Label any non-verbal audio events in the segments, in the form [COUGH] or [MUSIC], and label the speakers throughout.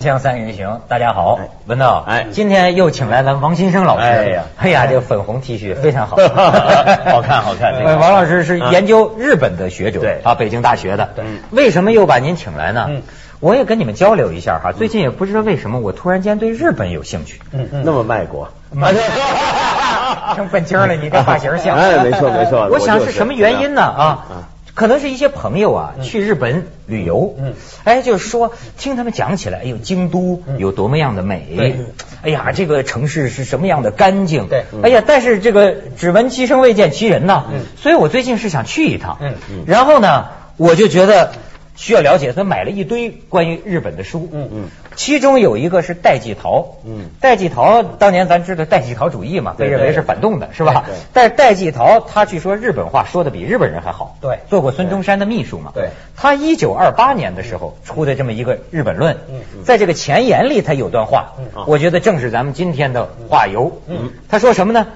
Speaker 1: 锵三人行，大家好
Speaker 2: 哎，
Speaker 1: 文道，
Speaker 2: 哎
Speaker 1: 今天又请来咱王新生老师，
Speaker 2: 哎呀
Speaker 1: 哎呀，这个粉红 T 恤非常好，
Speaker 2: [LAUGHS] 好看好看这个
Speaker 1: 呃王老师是
Speaker 2: 嗯
Speaker 1: 研究日本的学者，
Speaker 2: 对
Speaker 1: 啊，北京大学的，
Speaker 2: 对
Speaker 1: 为什么又把您请来呢？
Speaker 2: 嗯
Speaker 1: 我也跟你们交流一下哈，最近也不知道为什么，我突然间对日本有兴
Speaker 2: [LAUGHS]
Speaker 1: 趣。
Speaker 2: 嗯嗯，那么卖国，
Speaker 1: 成本精了，你这发型像。
Speaker 2: 哎，没错没错。
Speaker 1: 我想
Speaker 2: 就是嗯
Speaker 1: 什么原因呢？啊，可能是一些朋友啊去日本旅游，
Speaker 2: 嗯
Speaker 1: 哎，就是说听他们讲起来，哎呦，京都有多么样的美
Speaker 2: 嗯对，
Speaker 1: 哎呀，这个城市是什么样的干净，
Speaker 2: 对嗯
Speaker 1: 哎呀，但是这个只闻其声未见其人呐，所以我最近是想去一趟，
Speaker 2: 嗯嗯
Speaker 1: 然后呢，我就觉得。需要了解，所以买了一堆关于日本的书，
Speaker 2: 嗯嗯，
Speaker 1: 其中有一个是戴季陶，
Speaker 2: 嗯
Speaker 1: 戴季陶当年咱知道戴季陶主义嘛，被
Speaker 2: 对
Speaker 1: 认为
Speaker 2: 对
Speaker 1: 是反动的，是吧
Speaker 2: 对对？
Speaker 1: 但是戴季陶他据说日本话说的比日本人还好，
Speaker 2: 对
Speaker 1: 做过孙中山的秘书嘛，
Speaker 2: 对。
Speaker 1: 他一九二八年的时候出的这么一个日本论
Speaker 2: 嗯，
Speaker 1: 在这个前言里他有段话
Speaker 2: 嗯，
Speaker 1: 我觉得正是咱们今天的话由。
Speaker 2: 嗯
Speaker 1: 他说什么呢？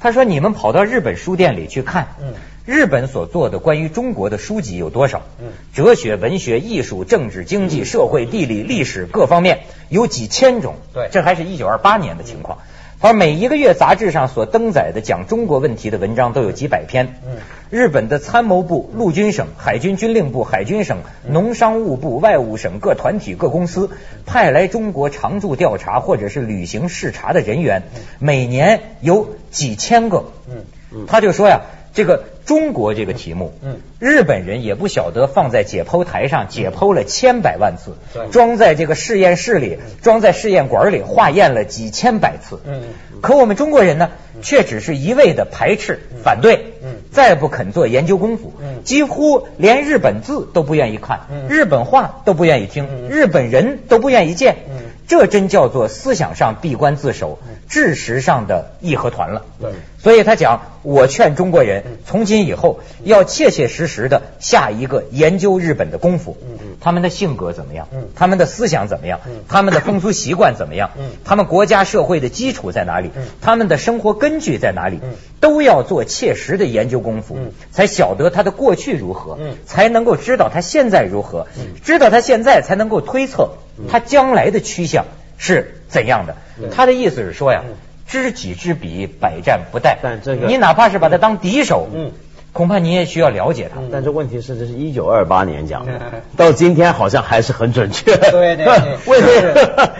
Speaker 1: 他说你们跑到日本书店里去看
Speaker 2: 嗯，
Speaker 1: 日本所做的关于中国的书籍有多少
Speaker 2: 嗯？
Speaker 1: 哲学、文学、艺术、政治、经济、社会、地理、历史各方面有几千种。
Speaker 2: 对
Speaker 1: 这还是一九二八年的情况。他说每一个月杂志上所登载的讲中国问题的文章都有几百篇。
Speaker 2: 嗯
Speaker 1: 日本的参谋部、陆军省、海军军令部、海军省、
Speaker 2: 嗯
Speaker 1: 农商务部、外务省各团体、各公司派来中国常驻调查或者是旅行视察的人员，每年有几千个。
Speaker 2: 嗯嗯
Speaker 1: 他就说呀，这个中国这个题目，
Speaker 2: 嗯
Speaker 1: 日本人也不晓得放在解剖台上解剖了千百万次
Speaker 2: 对，
Speaker 1: 装在这个实验室里，装在试验管里化验了几千百次。
Speaker 2: 嗯
Speaker 1: 可我们中国人呢，却只是一味的排斥、反对，
Speaker 2: 嗯
Speaker 1: 再不肯做研究功夫，
Speaker 2: 嗯
Speaker 1: 几乎连日本字都不愿意看，
Speaker 2: 嗯
Speaker 1: 日本话都不愿意听，
Speaker 2: 嗯
Speaker 1: 日本人都不愿意见，
Speaker 2: 嗯
Speaker 1: 这真叫做思想上闭关自守
Speaker 2: 嗯，
Speaker 1: 知识上的义和团了。
Speaker 2: 对
Speaker 1: 所以他讲，我劝中国人
Speaker 2: 嗯
Speaker 1: 从今以后要切切实实的下一个研究日本的功夫
Speaker 2: 嗯嗯，
Speaker 1: 他们的性格怎么样
Speaker 2: 嗯，
Speaker 1: 他们的思想怎么样
Speaker 2: 嗯，
Speaker 1: 他们的风俗习惯怎么样
Speaker 2: 嗯，
Speaker 1: 他们国家社会的基础在哪里
Speaker 2: 嗯，
Speaker 1: 他们的生活根据在哪里
Speaker 2: 嗯，
Speaker 1: 都要做切实的研究功夫
Speaker 2: 嗯，
Speaker 1: 才晓得他的过去如何
Speaker 2: 嗯，
Speaker 1: 才能够知道他现在如何，知道他现在才能够推测他将来的趋向是怎样的。
Speaker 2: 嗯对
Speaker 1: 他的意思是说呀
Speaker 2: 嗯。
Speaker 1: 知己知彼，百战不殆。
Speaker 3: 但这个
Speaker 1: 你哪怕是把他当敌手，
Speaker 2: 嗯
Speaker 1: 恐怕你也需要了解他。
Speaker 3: 但这问题是，这是一九二八年讲
Speaker 2: 嗯
Speaker 3: 的，到今天好像还是很准确。
Speaker 2: [LAUGHS] 对
Speaker 3: [LAUGHS]
Speaker 2: 对对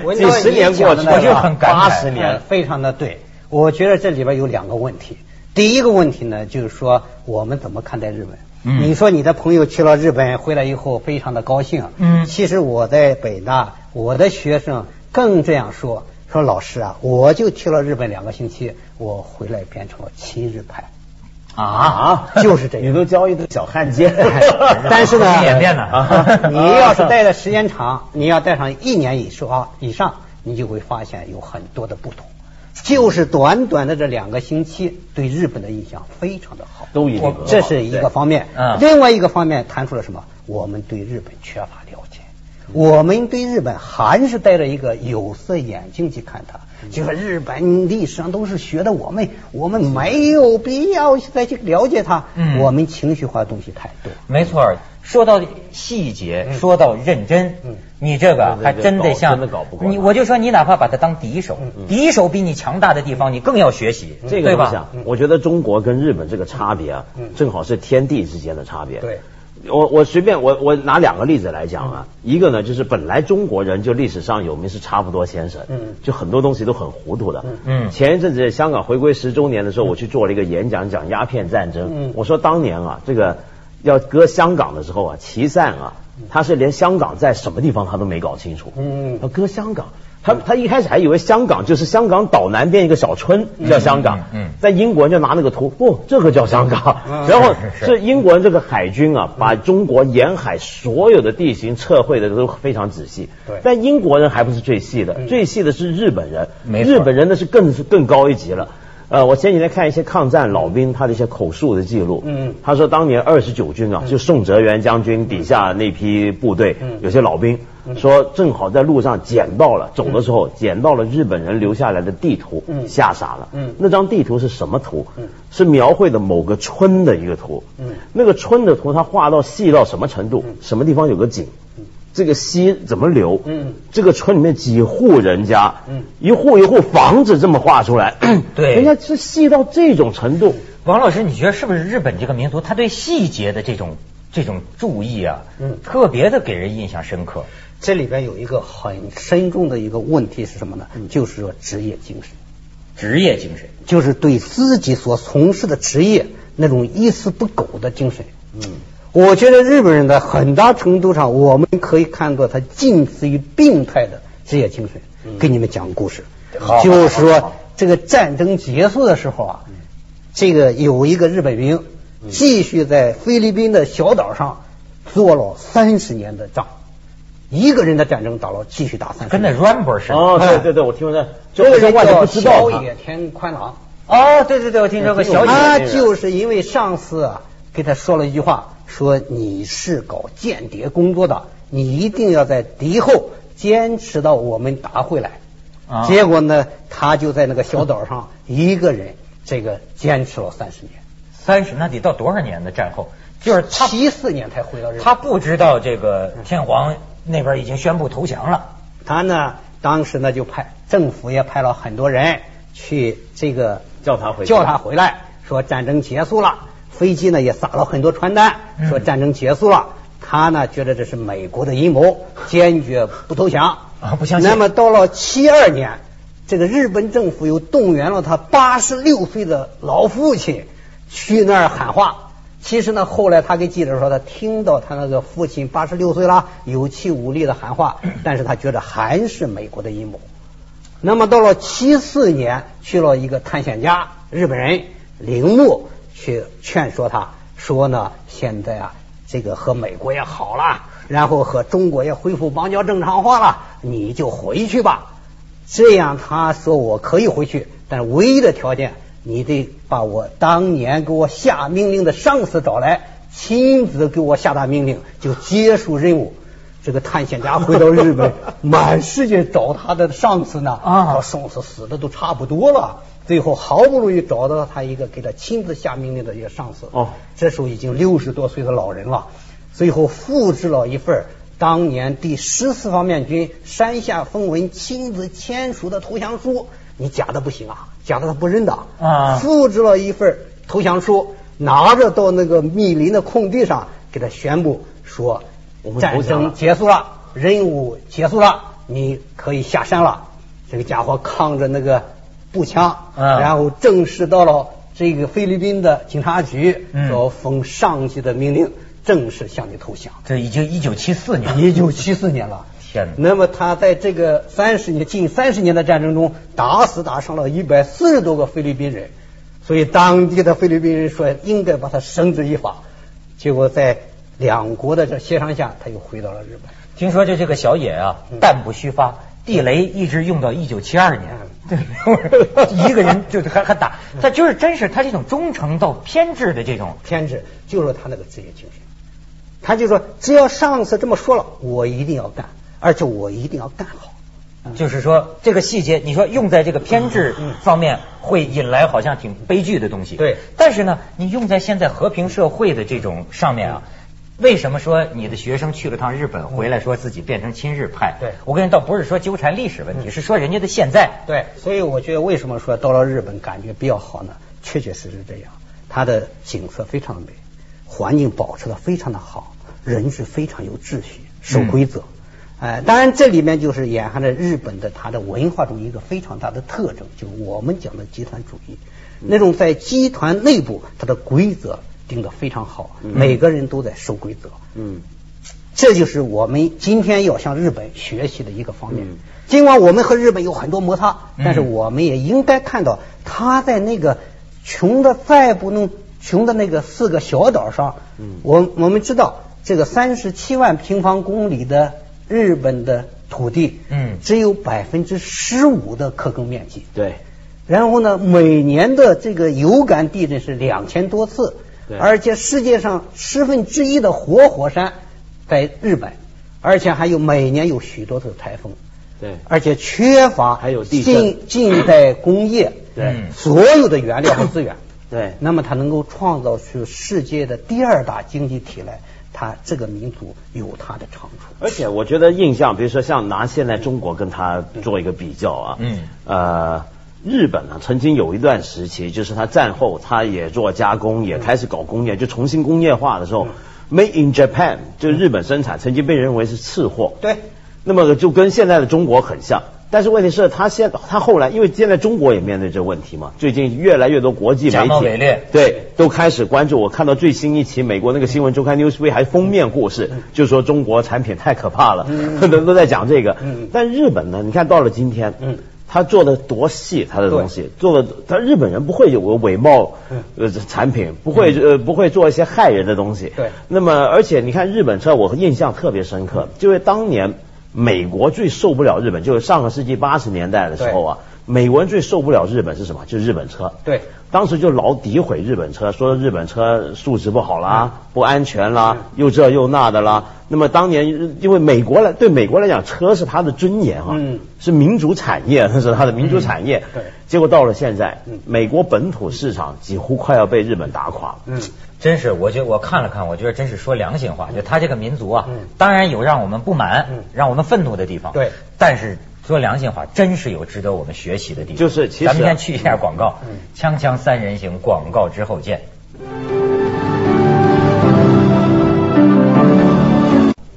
Speaker 3: 为什么
Speaker 2: 我觉得
Speaker 3: 几十年过去了，
Speaker 2: 你讲的
Speaker 1: 我就很感慨
Speaker 3: 八十年，
Speaker 2: 非常的对。我觉得这里边有两个问题。第一个问题呢，就是说我们怎么看待日本？
Speaker 1: 嗯
Speaker 2: 你说你的朋友去了日本，回来以后非常的高兴。啊
Speaker 1: 嗯
Speaker 2: 其实我在北大，我的学生更这样说：说老师啊，我就去了日本两个星期，我回来变成了亲日派。
Speaker 1: 啊，
Speaker 2: 就是这样
Speaker 3: 你都教一个小汉奸
Speaker 2: [LAUGHS] 哎
Speaker 3: [LAUGHS]
Speaker 2: 但是呢
Speaker 1: 不是演变的
Speaker 3: 啊
Speaker 2: 你要是 [LAUGHS] 待的时间长，你要待上一年以上哦以上，你就会发现有很多的不同。就是短短的这两个星期，对日本的印象非常的好，
Speaker 3: 都一定
Speaker 2: 我这是一个方面。
Speaker 1: 哦对嗯
Speaker 2: 另外一个方面谈出了什么？我们对日本缺乏了解。我们对日本还是戴着一个有色眼镜去看它，
Speaker 1: 嗯
Speaker 2: 就是日本历史上都是学的我们，我们没有必要再去了解它。
Speaker 1: 嗯
Speaker 2: 我们情绪化的东西太多。
Speaker 1: 没错儿。说到细节，
Speaker 2: 嗯
Speaker 1: 说到认真，
Speaker 2: 嗯
Speaker 1: 你这
Speaker 3: 对对
Speaker 1: 个
Speaker 3: 对
Speaker 1: 还真得像
Speaker 3: 搞真的搞不过嗯
Speaker 1: 你，我就说你哪怕把他当敌手，敌手比你强大的地方，你更要学习，
Speaker 3: 这个
Speaker 1: 对
Speaker 3: 东西啊
Speaker 1: 吧？，
Speaker 3: 我觉得中国跟日本这个差别啊
Speaker 2: 嗯，
Speaker 3: 正好是天地之间的差别。
Speaker 2: 对。
Speaker 3: 我我随便我我拿两个例子来讲啊，
Speaker 2: 嗯
Speaker 3: 一个呢就是本来中国人就历史上有名是差不多先生，
Speaker 2: 嗯
Speaker 3: 就很多东西都很糊涂的，
Speaker 1: 嗯
Speaker 3: 前一阵子香港回归十周年的时候，我去做了一个演讲，讲鸦片战争，
Speaker 2: 嗯
Speaker 3: 我说当年啊，这个要割香港的时候啊，琦善啊，他是连香港在什么地方他都没搞清楚，
Speaker 2: 嗯
Speaker 3: 要割香港。他他一开始还以为香港就是香港岛南边一个小村叫香港，
Speaker 1: 嗯嗯嗯
Speaker 3: 在英国人就拿那个图，不、这个叫香港。
Speaker 2: 嗯
Speaker 3: [LAUGHS] 然后
Speaker 1: 是是
Speaker 3: 这英国人这个海军啊，把中国沿海所有的地形测绘的都非常仔细。
Speaker 2: 对
Speaker 3: 但英国人还不是最细的，最细的是日本人。
Speaker 1: 嗯没错
Speaker 3: 日本人那是更是更高一级了。呃，我前几天看一些抗战老兵他的一些口述的记录，
Speaker 2: 嗯
Speaker 3: 他说当年二十九军啊，就宋哲元将军底下那批部队，
Speaker 2: 嗯
Speaker 3: 有些老兵说正好在路上捡到了，走的时候捡到了日本人留下来的地图，
Speaker 2: 嗯
Speaker 3: 吓傻了，
Speaker 2: 嗯
Speaker 3: 那张地图是什么图？
Speaker 2: 嗯
Speaker 3: 是描绘的某个村的一个图，
Speaker 2: 嗯
Speaker 3: 那个村的图它画到细到什么程度？什么地方有个井？这个溪怎么流？
Speaker 2: 嗯
Speaker 3: 这个村里面几户人家，
Speaker 2: 嗯
Speaker 3: 一户一户房子这么画出来，[CLEARS THROAT]
Speaker 1: 对
Speaker 3: 人家是细到这种程度，
Speaker 1: 王老师，你觉得是不是日本这个民族，他对细节的这
Speaker 3: 嗯
Speaker 1: 种这种注意啊，
Speaker 2: 嗯
Speaker 1: 特别的给人印象深刻？
Speaker 2: 这里边有一个很深重的一个问题是什么呢？
Speaker 1: 嗯
Speaker 2: 就是说职业精神，
Speaker 1: 职业精神，
Speaker 2: 就是对自己所从事的职业那种一丝不苟的精神。
Speaker 3: 嗯，
Speaker 2: 我觉得日本人的很大程度上，我们可以看作他近似于病态的职业精神。给你们讲个故事
Speaker 3: 嗯好，好好
Speaker 2: 就是
Speaker 3: 嗯
Speaker 2: 说
Speaker 3: 好
Speaker 2: 这个战争结束的时候啊，这个有一个日本兵
Speaker 3: 嗯
Speaker 2: 继续在菲律宾的小岛上做了三十年的仗，一个人的战争打了继续打三十
Speaker 1: 跟那
Speaker 2: 年。
Speaker 1: Rambo 似的。
Speaker 2: [LAUGHS]
Speaker 3: 哦，对对对，我听说的，
Speaker 2: 这
Speaker 3: 就
Speaker 2: 个
Speaker 3: 不是
Speaker 2: 人
Speaker 3: 外界
Speaker 2: 叫
Speaker 3: 不知道
Speaker 2: 小
Speaker 3: 他
Speaker 2: 野田宽郎。
Speaker 1: [LAUGHS] 哦，对对对，我听说过小野
Speaker 2: 他
Speaker 1: 那个
Speaker 3: 啊
Speaker 2: 就是因为上司啊给他说了一句话，说你是搞间谍工作的，你一定要在敌后坚持到我们打回来。
Speaker 1: 啊
Speaker 2: 结果呢，他就在那个小岛上一个人，这个坚持了三十年，
Speaker 1: 三十，那得到多少年的战后？就是他
Speaker 2: 七四年才回到日本。
Speaker 1: 他不知道这个天皇那边已经宣布投降了。
Speaker 2: 他呢，当时呢就派政府也派了很多人去这个
Speaker 3: 叫他回去
Speaker 2: 叫他回来，说战争结束了。飞机呢也撒了很多传单，
Speaker 1: 嗯
Speaker 2: 说战争结束了。他呢觉得这是美国的阴谋，坚决不投降
Speaker 1: 啊不相信
Speaker 2: 那么到了七二年，这个日本政府又动员了他八十六岁的老父亲去那儿喊话。其实呢，后来他给记者说，他听到他那个父亲八十六岁了，有气无力的喊话，但是他觉得还是美国的阴谋。那么到了七四年，去了一个探险家日本人铃木去劝说他，说呢，现在啊，这个和美国也好了，然后和中国也恢复邦交正常化了，你就回去吧。这样他说我可以回去，但唯一的条件，你得把我当年给我下命令的上司找来，亲自给我下达命令，就结束任务。这个探险家回到日本，满世界找他的上司呢，
Speaker 1: 啊
Speaker 2: 他上司死的都差不多了，最后好不容易找到他一个给他亲自下命令的一个上司，
Speaker 3: 哦
Speaker 2: 这时候已经六十多岁的老人了，最后复制了一份当年第十四方面军山下丰文亲自签署的投降书，你假的不行啊，假的他不认的
Speaker 1: 啊
Speaker 2: 复制了一份投降书，拿着到那个密林的空地上给他宣布说
Speaker 3: 我们投降
Speaker 2: 战
Speaker 3: 了
Speaker 2: 争结束了，任务结束了，你可以下山了。这个家伙扛着那个步枪，
Speaker 1: 嗯
Speaker 2: 然后正式到了这个菲律宾的警察局，
Speaker 1: 嗯
Speaker 2: 说奉上级的命令，正式向你投降。
Speaker 1: 这已经一九七四年，
Speaker 2: 一九七四年了，
Speaker 1: 天哪！
Speaker 2: 那么他在这个三十年近三十年的战争中，打死打伤了一百四十多个菲律宾人，所以当地的菲律宾人说应该把他绳之以法。结果在两国的这协商下，他又回到了日本。
Speaker 1: 听说这这个小野啊，
Speaker 2: 嗯
Speaker 1: 弹不虚发，地雷一直用到一九七二年
Speaker 2: 嗯，
Speaker 1: [LAUGHS] 对，一个人就还还打，他就是真是他这种忠诚到偏执的这种，
Speaker 2: 偏执，就是他那个职业精神。他就说，只要上司这么说了，我一定要干，而且我一定要干
Speaker 1: 嗯
Speaker 2: 好。
Speaker 1: 就是说这个细节，你说用在这个偏执
Speaker 2: 嗯
Speaker 1: 方面，会引来好像挺悲剧的东西。
Speaker 2: 对
Speaker 1: 但是呢，你用在现在和平社会的这种上面啊。为什么说你的学生去了趟日本，回来说自己变成亲日派？
Speaker 2: 对嗯
Speaker 1: 我跟你倒不是说纠缠历史问题，是说人家的现在。
Speaker 2: 对，所以我觉得为什么说到了日本感觉比较好呢？确确实实这样，它的景色非常美，环境保持的非常的好，人是非常有秩序、守规则。哎、当然这里面就是隐含着日本的它的文化中一个非常大的特征，就是我们讲的集团主义，那种在集团内部它的规则定得非常好，每个人都在守规则。
Speaker 3: 嗯，
Speaker 2: 这就是我们今天要向日本学习的一个方面
Speaker 3: 嗯。
Speaker 2: 尽管我们和日本有很多摩擦，
Speaker 1: 嗯
Speaker 2: 但是我们也应该看到他在那个穷的再不能穷的那个四个小岛上，
Speaker 3: 嗯
Speaker 2: 我我们知道这个三十七万平方公里的日本的土地，
Speaker 1: 嗯
Speaker 2: 只有百分之十五的可耕面积，
Speaker 3: 对，
Speaker 2: 然后呢，每年的这个有感地震是两千多次
Speaker 3: 对，
Speaker 2: 而且世界上十分之一的活火山在日本，而且还有每年有许多次台风，
Speaker 3: 对，
Speaker 2: 而且缺乏
Speaker 3: 还有地震
Speaker 2: 近近代工业
Speaker 3: 对
Speaker 1: 嗯
Speaker 2: 所有的原料和资源，
Speaker 3: 对
Speaker 2: 那么它能够创造出世界的第二大经济体来，它这个民族有它的长处。
Speaker 3: 而且我觉得印象，比如说像拿现在中国跟他做一个比较啊，
Speaker 1: 嗯
Speaker 3: 呃，日本呢曾经有一段时期，就是他战后他也做加工，
Speaker 2: 嗯
Speaker 3: 也开始搞工业，就重新工业化的时候、m a d e in Japan 就日本生产，曾经被认为是次货，
Speaker 2: 对，
Speaker 3: 那么就跟现在的中国很像。但是问题是，他现他后来，因为现在中国也面对这个问题嘛，最近越来越多国际
Speaker 1: 假
Speaker 3: 媒
Speaker 1: 冒伪
Speaker 3: 体
Speaker 1: 劣
Speaker 3: 对都开始关注。我看到最新一期美国那个新闻周刊 Newsweek 还封面故事，
Speaker 1: 嗯
Speaker 3: 就说中国产品太可怕了，很 [LAUGHS] 多人都在讲这个
Speaker 2: 嗯。
Speaker 3: 但日本呢，你看到了今天
Speaker 2: 嗯，
Speaker 3: 他做的多细，他的东西做的，他日本人不会有伪冒
Speaker 2: 嗯
Speaker 3: 呃产品，不会呃不会做一些害人的东西。
Speaker 2: 对
Speaker 3: 那么，而且你看日本车，我印象特别深刻，就是当年美国最受不了日本，就是上个世纪八十年代的时候啊，美国人最受不了日本是什么？就是日本车。
Speaker 2: 对，
Speaker 3: 当时就老诋毁日本车，说日本车素质不好
Speaker 2: 嗯
Speaker 3: 啦，不安全啦，又这又那的啦。那么当年，因为美国来对美国来讲，车是它的尊严啊，
Speaker 2: 嗯
Speaker 3: 是民族产业，那是它的民族产业。
Speaker 2: 对
Speaker 3: 结果到了现在
Speaker 2: 嗯，
Speaker 3: 美国本土市场几乎快要被日本打垮了。
Speaker 2: 嗯，
Speaker 1: 真是，我觉我看了看，我觉得真是说良心话，就他这个民族啊
Speaker 2: 嗯，
Speaker 1: 当然有让我们不满
Speaker 2: 嗯、
Speaker 1: 让我们愤怒的地方，
Speaker 2: 对，
Speaker 1: 但是说良心话，真是有值得我们学习的地方。
Speaker 3: 就是其实啊
Speaker 1: 咱们先去一下广告
Speaker 2: 嗯，
Speaker 1: 锵锵三人行广告之后见。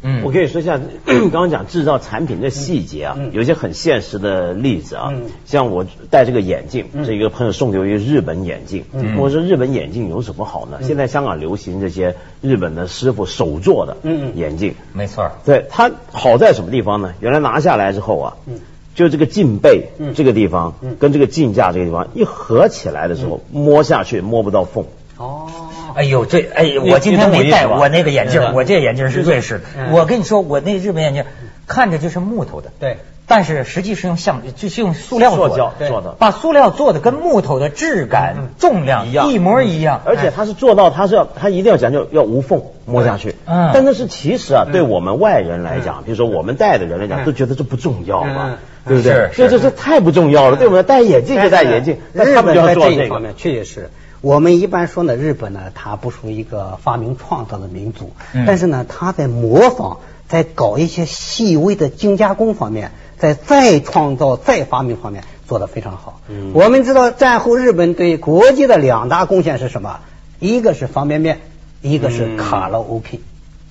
Speaker 1: 嗯，
Speaker 3: 我可以说一下， [CLEARS THROAT] 刚刚讲制造产品的细节啊，
Speaker 2: 嗯嗯
Speaker 3: 有一些很现实的例子啊，
Speaker 2: 嗯
Speaker 3: 像我戴这个眼镜，
Speaker 2: 嗯
Speaker 3: 这一个朋友送给我一个日本眼镜，
Speaker 1: 嗯
Speaker 3: 我说日本眼镜有什么好呢？
Speaker 2: 嗯
Speaker 3: 现在香港流行这些日本的师傅手做的
Speaker 2: 嗯嗯
Speaker 3: 眼镜，
Speaker 1: 没错儿，
Speaker 3: 对它好在什么地方呢？原来拿下来之后啊，
Speaker 2: 嗯
Speaker 3: 就这个镜背
Speaker 2: 嗯
Speaker 3: 这个地方
Speaker 2: 嗯
Speaker 3: 跟这个镜架这个地方一合起来的时候，摸下去摸不到缝。
Speaker 2: 哦，
Speaker 1: 哎呦，这哎，
Speaker 3: 你
Speaker 1: 我今天没
Speaker 3: 你懂我意
Speaker 1: 戴
Speaker 3: 思吧嗯
Speaker 1: 我那个眼
Speaker 3: 是的
Speaker 1: 镜，我这眼镜是瑞士的
Speaker 2: 嗯。
Speaker 1: 我跟你说，我那日本眼镜看着就是木头的，
Speaker 2: 对，
Speaker 1: 但是实际是用橡，就是用塑料
Speaker 3: 塑
Speaker 1: 做
Speaker 3: 胶
Speaker 1: 的，
Speaker 2: 对
Speaker 3: 做的，
Speaker 1: 把塑料做的跟木头的质
Speaker 2: 嗯
Speaker 1: 感、重量
Speaker 3: 一样
Speaker 1: 一模一样。哎
Speaker 3: 而且它是做到，它是要它一定要讲究要无缝摸下去。
Speaker 1: 嗯
Speaker 3: 但那是其实啊，
Speaker 2: 嗯
Speaker 3: 对我们外人来讲，比如说我们戴的人来
Speaker 2: 嗯
Speaker 3: 讲，都觉得这不重要嘛
Speaker 2: 嗯，
Speaker 3: 对不对
Speaker 1: 是？
Speaker 3: 这这
Speaker 1: 是
Speaker 3: 这太不重要了。对我们戴眼镜就戴眼镜，
Speaker 2: 但
Speaker 3: 但
Speaker 2: 是
Speaker 3: 他们
Speaker 2: 日本
Speaker 3: 就要
Speaker 2: 在
Speaker 3: 做
Speaker 2: 这
Speaker 3: 这
Speaker 2: 一方
Speaker 3: 个。
Speaker 2: 面确实是。我们一般说呢，日本呢，它不属于一个发明创造的民族，
Speaker 1: 嗯
Speaker 2: 但是呢，它在模仿，在搞一些细微的精加工方面，在再创造、再发明方面做得非常好。
Speaker 3: 嗯
Speaker 2: 我们知道战后日本对国际的两大贡献是什么？一个是方便面，一个是卡拉 OK。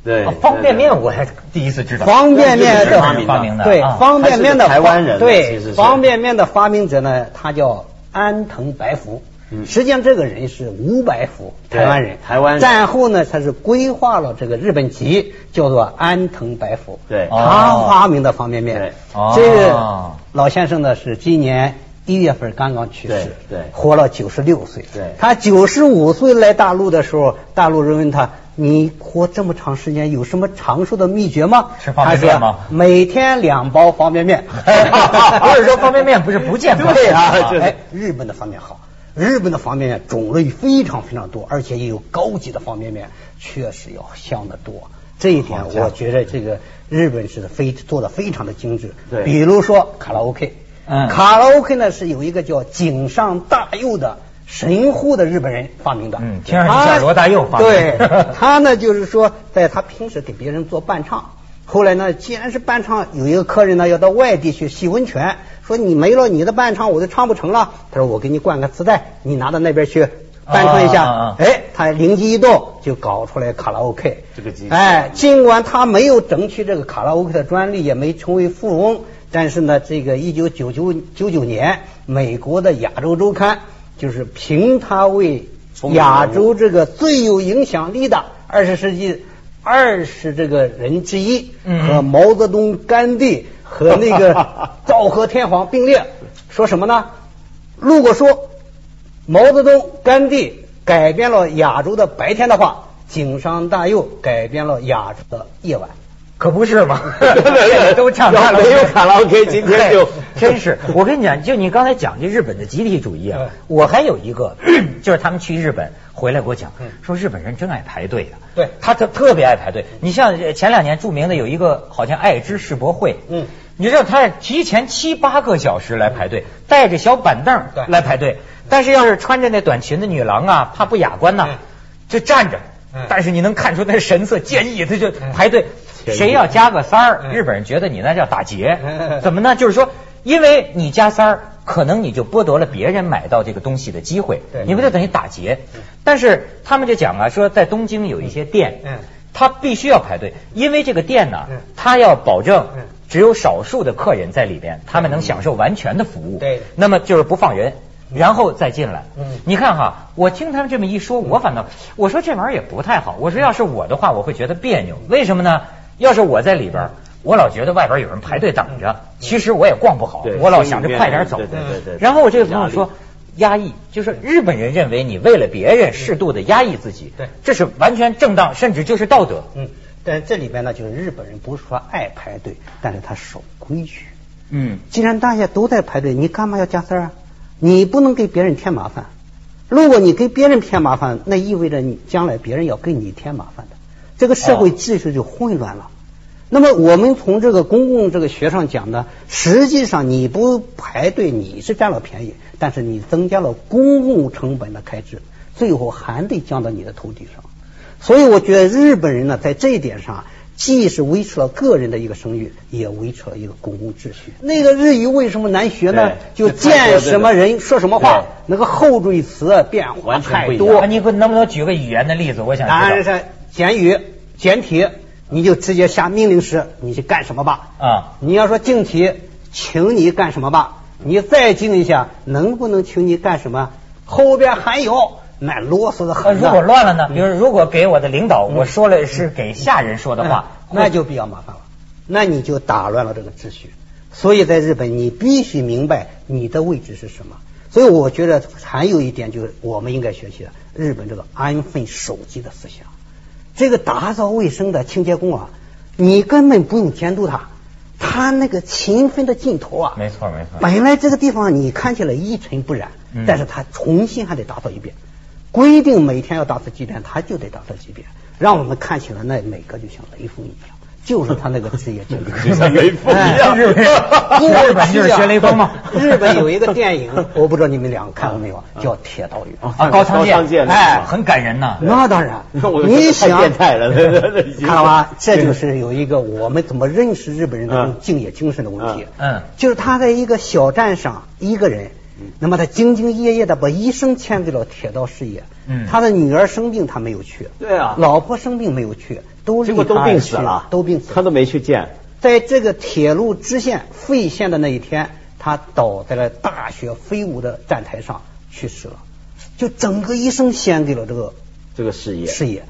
Speaker 3: 对
Speaker 1: 啊方便面我还第一次知道，
Speaker 2: 方便面
Speaker 1: 这是
Speaker 2: 的
Speaker 1: 日本人发明的，
Speaker 2: 对
Speaker 1: 啊
Speaker 2: 方便面的
Speaker 3: 他是个台湾人其
Speaker 2: 对
Speaker 3: 实是
Speaker 2: 方便面的发明者呢，他叫安藤白福
Speaker 3: 嗯。
Speaker 2: 实际上，这个人是吴白福，
Speaker 3: 对
Speaker 2: 台湾人。
Speaker 3: 台湾人
Speaker 2: 战后呢，他是规划了这个日本籍，叫做安藤白福。
Speaker 3: 对
Speaker 2: 他
Speaker 1: 哦
Speaker 2: 发明的方便
Speaker 3: 对
Speaker 2: 面。
Speaker 1: 哦
Speaker 2: 这个老先生呢，是今年一月份刚刚去世，
Speaker 3: 对对
Speaker 2: 活了九十六岁。
Speaker 3: 对
Speaker 2: 他九十五岁来大陆的时候，大陆人问他：“你活这么长时间，有什么长寿的秘诀吗？”
Speaker 1: 吃方便面吗。
Speaker 2: 他说每天两包方便面 [LAUGHS]
Speaker 1: 不是说方便面不是不健康
Speaker 3: 对啊就是
Speaker 2: 哎，日本的方便好。日本的方便面种类非常非常多，而且也有高级的方便面，确实要香得多。这一点
Speaker 3: 好家伙
Speaker 2: 我觉得这个日本是非做的非常的精致。
Speaker 3: 对
Speaker 2: 比如说卡拉 OK，
Speaker 1: 嗯
Speaker 2: 卡拉 OK 呢是有一个叫井上大佑的神户的日本人发明的，哎
Speaker 1: 嗯听上去像罗大佑发明
Speaker 2: 对
Speaker 1: 的，
Speaker 2: 他呢就是说，在他平时给别人做伴唱，后来呢，既然是伴唱，有一个客人呢要到外地去洗温泉，说你没了你的伴唱，我就唱不成了。他说我给你灌个磁带，你拿到那边去伴唱一
Speaker 1: 啊啊啊
Speaker 2: 下。哎，他灵机一动就搞出来卡拉 OK。
Speaker 3: 这个机器
Speaker 2: 哎，尽管他没有争取这个卡拉 OK 的专利，也没成为富翁，但是呢，这个一九九九九九年，美国的《亚洲周刊》就是评他为
Speaker 3: 风云人物，
Speaker 2: 亚洲这个最有影响力的二十世纪二十这个人之一，
Speaker 1: 嗯
Speaker 2: 和毛泽东、甘地和那个昭和天皇并列。说什么呢？如果说毛泽东、甘地改变了亚洲的白天的话，井上大佑改变了亚洲的夜晚。
Speaker 1: 可不是嘛
Speaker 3: [LAUGHS]
Speaker 1: 都唱卡拉 OK，
Speaker 3: 没有卡
Speaker 1: [LAUGHS]
Speaker 3: 拉 OK，今天就
Speaker 1: 真是。我跟你讲，就你刚才讲这日本的集体主义啊
Speaker 2: 嗯，
Speaker 1: 我还有一个，就是他们去日本回来给我讲，
Speaker 3: 嗯
Speaker 1: 说日本人真爱排队啊。
Speaker 2: 对
Speaker 1: 他特特别爱排队。你像呃前两年著名的有一个好像爱知世博会，
Speaker 2: 嗯
Speaker 1: 你知道他是提前七八个小时来排队，
Speaker 3: 嗯
Speaker 1: 带着小板凳
Speaker 2: 对
Speaker 1: 来排队，但是要是穿着那短裙的女郎啊，怕不雅观呐、
Speaker 2: 嗯
Speaker 1: 就站着
Speaker 4: 嗯
Speaker 1: 但是你能看出那神色坚毅，他就
Speaker 4: 嗯
Speaker 1: 排队。
Speaker 3: 毅
Speaker 1: 谁要加个三儿，
Speaker 4: 嗯
Speaker 1: 日本人觉得你那叫打劫
Speaker 4: 嗯。
Speaker 1: 怎么呢？就是说，因为你加三儿，可能你就剥夺了别人买到这个东西的机会
Speaker 4: 对，嗯
Speaker 1: 你不就等于打劫？但是他们就讲啊，说在东京有一些店，
Speaker 4: 嗯嗯
Speaker 1: 他必须要排队，因为这个店呢
Speaker 4: 嗯，
Speaker 1: 他要保证
Speaker 4: 嗯
Speaker 1: 只有少数的客人在里边，他们能享受完全的服务。
Speaker 4: 对
Speaker 1: 那么就是不放人，然后再进来。
Speaker 4: 嗯
Speaker 1: 你看哈，我听他们这么一说，我反倒我说这玩意儿也不太好。我说要是我的话，我会觉得别扭。为什么呢？要是我在里边儿，我老觉得外边有人排队等着，其实我也逛不好
Speaker 3: 对，
Speaker 1: 我老想着快点走。
Speaker 3: 对对对对对
Speaker 1: 然后我这个朋友
Speaker 3: 嗯压
Speaker 1: 说
Speaker 3: 力。
Speaker 1: 压抑就是日本人认为你为了别人适度的压抑自己，
Speaker 4: 对
Speaker 1: 这是完全正当，甚至就是道德。
Speaker 2: 嗯，但这里边呢，就是日本人不是说爱排队，但是他守规矩。
Speaker 1: 嗯，
Speaker 2: 既然大家都在排队，你干嘛要加塞儿啊？你不能给别人添麻烦。如果你给别人添麻烦，那意味着你将来别人要给你添麻烦的，这个社会
Speaker 1: 哦
Speaker 2: 秩序就混乱了。那么我们从这个公共这个学上讲呢，实际上你不排队你是占了便宜，但是你增加了公共成本的开支，最后还得降到你的头顶上。所以我觉得日本人呢，在这一点上，既是维持了个人的一个声誉，也维持了一个公共秩序。那个日语为什么难学呢？
Speaker 3: 对 [LAUGHS]
Speaker 2: 就见什么人说什么
Speaker 3: 对
Speaker 2: 话，那个后缀词啊变化
Speaker 3: 完全不
Speaker 2: 太
Speaker 3: 一样
Speaker 2: 多
Speaker 1: 啊，。你给我能不能举个语言的例子？我想知
Speaker 2: 答
Speaker 1: 道。呃
Speaker 2: 案是简语简体，你就直接下命令时，你去干什么吧。
Speaker 1: 啊
Speaker 2: 你要说敬体，请你干什么吧。你再敬一下，能不能请你干什么？后边还有那啰嗦的
Speaker 1: 呃，
Speaker 2: 很
Speaker 1: 如
Speaker 2: 呐。
Speaker 1: 果乱了呢？比如如果给我的领导，我说了是给下人说的话，
Speaker 2: 嗯那就比较麻烦了，那你就打乱了这个秩序。所以在日本，你必须明白你的位置是什么。所以我觉得还有一点就是我们应该学习的日本这个安分守己的思想。这个打扫卫生的清洁工啊，你根本不用监督他，他那个勤奋的劲头啊，
Speaker 1: 没错没错
Speaker 2: 本来这个地方你看起来一尘不染，
Speaker 1: 嗯
Speaker 2: 但是他重新还得打扫一遍，规定每天要打扫几遍，他就得打扫几遍，让我们看起来那每个就像雷锋一样，就是他那个职业
Speaker 1: [LAUGHS]
Speaker 2: 经历。
Speaker 3: 就像
Speaker 2: [LAUGHS]
Speaker 3: 雷锋一样
Speaker 2: 哎
Speaker 1: 日本日本就是学雷锋嘛
Speaker 2: [LAUGHS] 日本
Speaker 1: [LAUGHS]
Speaker 2: 有一个电影，我不知道你们两个看过没有，叫《铁道员》。
Speaker 1: 啊，高仓
Speaker 3: 高仓健
Speaker 1: 健，哎，
Speaker 3: 嗯
Speaker 1: 很感人呐。
Speaker 2: 那当然
Speaker 3: [LAUGHS] 我，觉得
Speaker 2: 你
Speaker 3: 太
Speaker 2: 想
Speaker 3: 变态
Speaker 2: [LAUGHS]
Speaker 3: 了这已经
Speaker 2: 看到吧？这就是有一个我们怎么认识日本人的这种
Speaker 3: 嗯
Speaker 2: 敬业精神的问题。
Speaker 1: 嗯嗯
Speaker 2: 就是他在一个小站上一个人，
Speaker 3: 嗯
Speaker 2: 那么他兢兢业业的把一生献给了铁道事业。
Speaker 1: 嗯
Speaker 2: 他的女儿生病他没有去，
Speaker 3: [LAUGHS] 对啊
Speaker 2: 老婆生病没有去，都
Speaker 3: 结
Speaker 2: 离
Speaker 3: 果都
Speaker 2: 他而
Speaker 3: 病死
Speaker 2: 去
Speaker 3: 了，
Speaker 2: 都病死了
Speaker 3: 他都没去见。
Speaker 2: 在这个铁路支线废线的那一天，他倒在了大雪飞舞的站台上去世了，就整个一生献给了这个
Speaker 3: 这个事业
Speaker 2: 事业，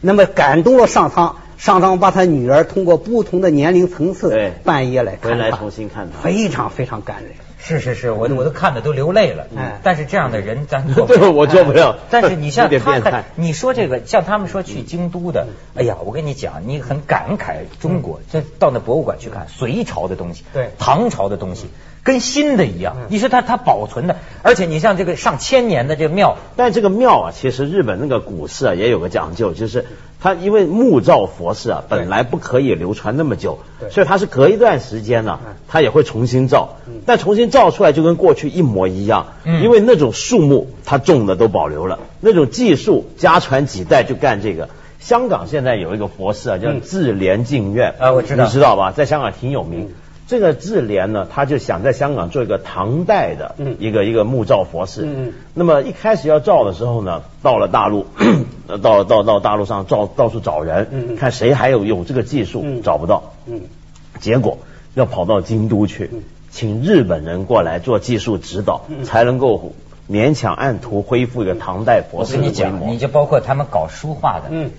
Speaker 2: 那么感动了上苍，上苍把他女儿通过不同的年龄层次
Speaker 3: 对，
Speaker 2: 半夜来看
Speaker 3: 回来
Speaker 2: 他
Speaker 3: 重新看他
Speaker 2: 非常非常感人。
Speaker 1: 是是是，我我都看的都流泪了。
Speaker 2: 嗯
Speaker 1: 但是这样的人咱
Speaker 3: [LAUGHS]
Speaker 1: 做
Speaker 3: 嗯对我做不了
Speaker 1: 哎但是你
Speaker 3: 有
Speaker 1: 像
Speaker 3: 点
Speaker 1: 他
Speaker 3: 变态嗯
Speaker 1: 看，你说这个像他们说去京都的，哎呀，我跟你讲，你很感慨中国，
Speaker 3: 嗯
Speaker 1: 就到那博物馆去看隋朝的东西，
Speaker 4: 对
Speaker 1: 唐朝的东西。跟新的一样
Speaker 4: 嗯，
Speaker 1: 你说它它保存的，而且你像这个上千年的这个庙，
Speaker 3: 但这个庙啊，其实日本那个古寺啊也有个讲究，就是它因为木造佛寺啊，本来不可以流传那么久
Speaker 4: 对，
Speaker 3: 所以它是隔一段时间呢、
Speaker 2: 嗯
Speaker 3: 它也会重新造
Speaker 2: 嗯，
Speaker 3: 但重新造出来就跟过去一模一样，
Speaker 1: 嗯
Speaker 3: 因为那种树木它种的都保留了，那种技术家传几代就干这个。香港现在有一个佛寺啊，叫
Speaker 2: 嗯
Speaker 3: 智莲净院
Speaker 1: 啊我知道
Speaker 3: 你知道吧？在香港挺有名。
Speaker 2: 嗯
Speaker 3: 这个智莲呢，他就想在香港做一个唐代的
Speaker 2: 嗯
Speaker 3: 一个、一个木造佛寺。
Speaker 2: 嗯
Speaker 3: 那么一开始要造的时候呢，到了大陆， [CLEARS THROAT] 呃到到到大陆上到到处找人，
Speaker 2: 嗯
Speaker 3: 看谁还有有这个技术，
Speaker 2: 嗯
Speaker 3: 找不到，
Speaker 2: 嗯，
Speaker 3: 结果要跑到京都去，
Speaker 2: 嗯
Speaker 3: 请日本人过来做技术指导，
Speaker 2: 嗯
Speaker 3: 才能够勉强按图恢复一个唐代佛
Speaker 1: 我
Speaker 3: 寺
Speaker 1: 跟
Speaker 3: 的
Speaker 1: 你
Speaker 3: 规
Speaker 1: 讲，
Speaker 3: 模
Speaker 1: 你。就包括他们搞书画的，
Speaker 2: 嗯，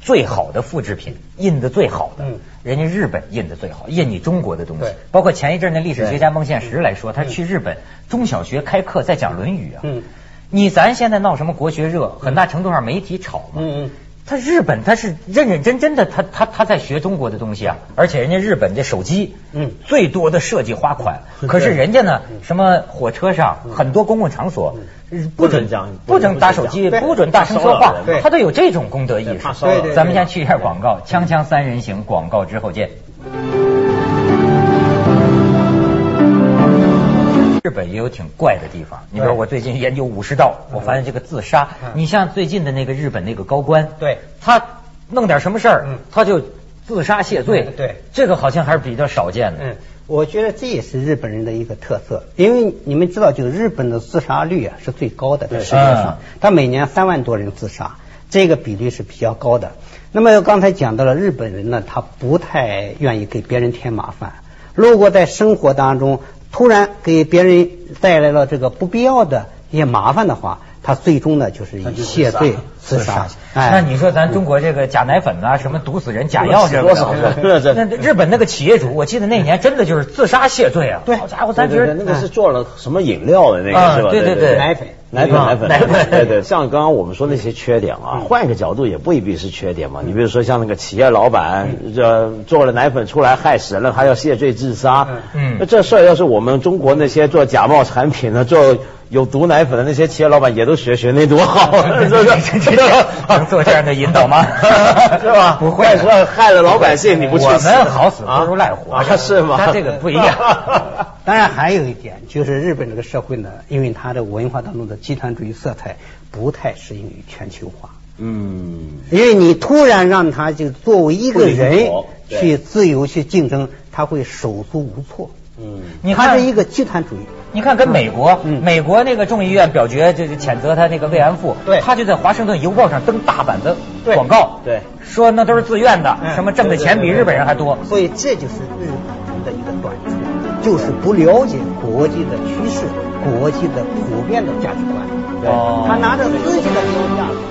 Speaker 1: 最好的复制品，印的最好的
Speaker 2: 嗯，
Speaker 1: 人家日本印的最好，印你中国的东西
Speaker 2: 对。
Speaker 1: 包括前一阵的历史学家孟宪实来说，他去日本中小学开课在讲《论语》啊。
Speaker 2: 嗯
Speaker 1: 你咱现在闹什么国学热，很大程度上媒体炒嘛。
Speaker 2: 嗯嗯
Speaker 1: 他日本他是认认真真的，他他他在学中国的东西啊，而且人家日本这手机，
Speaker 2: 嗯
Speaker 1: 最多的设计
Speaker 3: [LAUGHS]
Speaker 1: 花款，可是人家呢，
Speaker 3: 嗯
Speaker 1: 什么火车上很多公共场所呃
Speaker 3: 不准讲
Speaker 1: 不准打手机，
Speaker 2: 对
Speaker 1: 不准大声说
Speaker 3: 怕
Speaker 1: 话
Speaker 3: 骚扰人，
Speaker 2: 对
Speaker 1: 他都有这种公德意识。
Speaker 3: 怕骚扰人
Speaker 2: 对对对
Speaker 1: 咱们先去一下广告，锵锵三人行广告之后见。日本也有挺怪的地方。你比如
Speaker 2: 对
Speaker 1: 我最近研究武士道，我发现这个自杀
Speaker 2: 嗯，
Speaker 1: 你像最近的那个日本那个高官，
Speaker 2: 对
Speaker 1: 他弄点什么事儿
Speaker 2: 嗯，
Speaker 1: 他就自杀谢罪
Speaker 2: 嗯，对，
Speaker 1: 这个好像还是比较少见的。
Speaker 2: 嗯，我觉得这也是日本人的一个特色，因为你们知道，就是日本的自杀率啊是最高的，在世界上，他每年三万多人自杀，这个比例是比较高的。那么刚才讲到了日本人呢，他不太愿意给别人添麻烦，如果在生活当中突然给别人带来了这个不必要的一些麻烦的话，他最终呢就是以谢罪自杀。哎
Speaker 1: 那你说咱中国这个假奶粉啊，什么毒死人、假药这个
Speaker 3: 多少人
Speaker 1: 的，那日本那个企业主，我记得那年真的就是自杀谢罪啊！
Speaker 2: 对
Speaker 1: 好家伙，咱觉
Speaker 3: 对对对那个
Speaker 1: 得
Speaker 3: 是做了什么饮料的那
Speaker 1: 哎啊
Speaker 3: 个是吧？
Speaker 1: 对对对
Speaker 2: 奶粉
Speaker 3: 奶粉，
Speaker 1: 啊
Speaker 3: 奶粉，
Speaker 1: 奶粉嗯
Speaker 3: 对对，像刚刚我们说那些缺点啊，换一个角度也不一定是缺点嘛。你比如说像那个企业老板，
Speaker 1: 嗯
Speaker 3: 呃，做了奶粉出来害死人了，还要谢罪自杀。
Speaker 1: 嗯
Speaker 3: 嗯，那这事儿要是我们中国那些做假冒产品的、做有毒奶粉的那些企业老板也都学学，那多好，啊
Speaker 1: [LAUGHS]
Speaker 3: 是不是？
Speaker 1: 能做这样的引导吗
Speaker 3: [LAUGHS] 是吧？
Speaker 1: [LAUGHS] 不会
Speaker 3: 但是害了老百姓，你不去
Speaker 1: 我
Speaker 3: 死
Speaker 1: 们好死不如赖活着
Speaker 3: 啊是吗？
Speaker 1: 他这个不
Speaker 3: [LAUGHS]
Speaker 1: 一样
Speaker 2: 当然，还有一点就是日本这个社会呢，因为它的文化当中的集团主义色彩不太适应于全球化，
Speaker 3: 嗯，
Speaker 2: 因为你突然让他就作为一个
Speaker 3: 不灵
Speaker 2: 人
Speaker 3: 活对
Speaker 2: 去自由去竞争，他会手足无措。
Speaker 3: 嗯，
Speaker 1: 你
Speaker 2: 他
Speaker 1: 看
Speaker 2: 是一个集团主义。
Speaker 1: 你看，跟美国，
Speaker 2: 嗯
Speaker 1: 美国那个众议院表决就是谴责他那个慰安妇，
Speaker 2: 对
Speaker 1: 他就在华盛顿邮报上登大版的
Speaker 2: 对嗯
Speaker 1: 广告，
Speaker 3: 对
Speaker 1: 说那都是自愿的，什么挣的钱比日本人还多。
Speaker 2: 所以这就是日本人的一个短处，就是不了解国际的趋势、国际的普遍的价值观。
Speaker 3: 对
Speaker 1: 哦
Speaker 2: 他拿着自己的标价。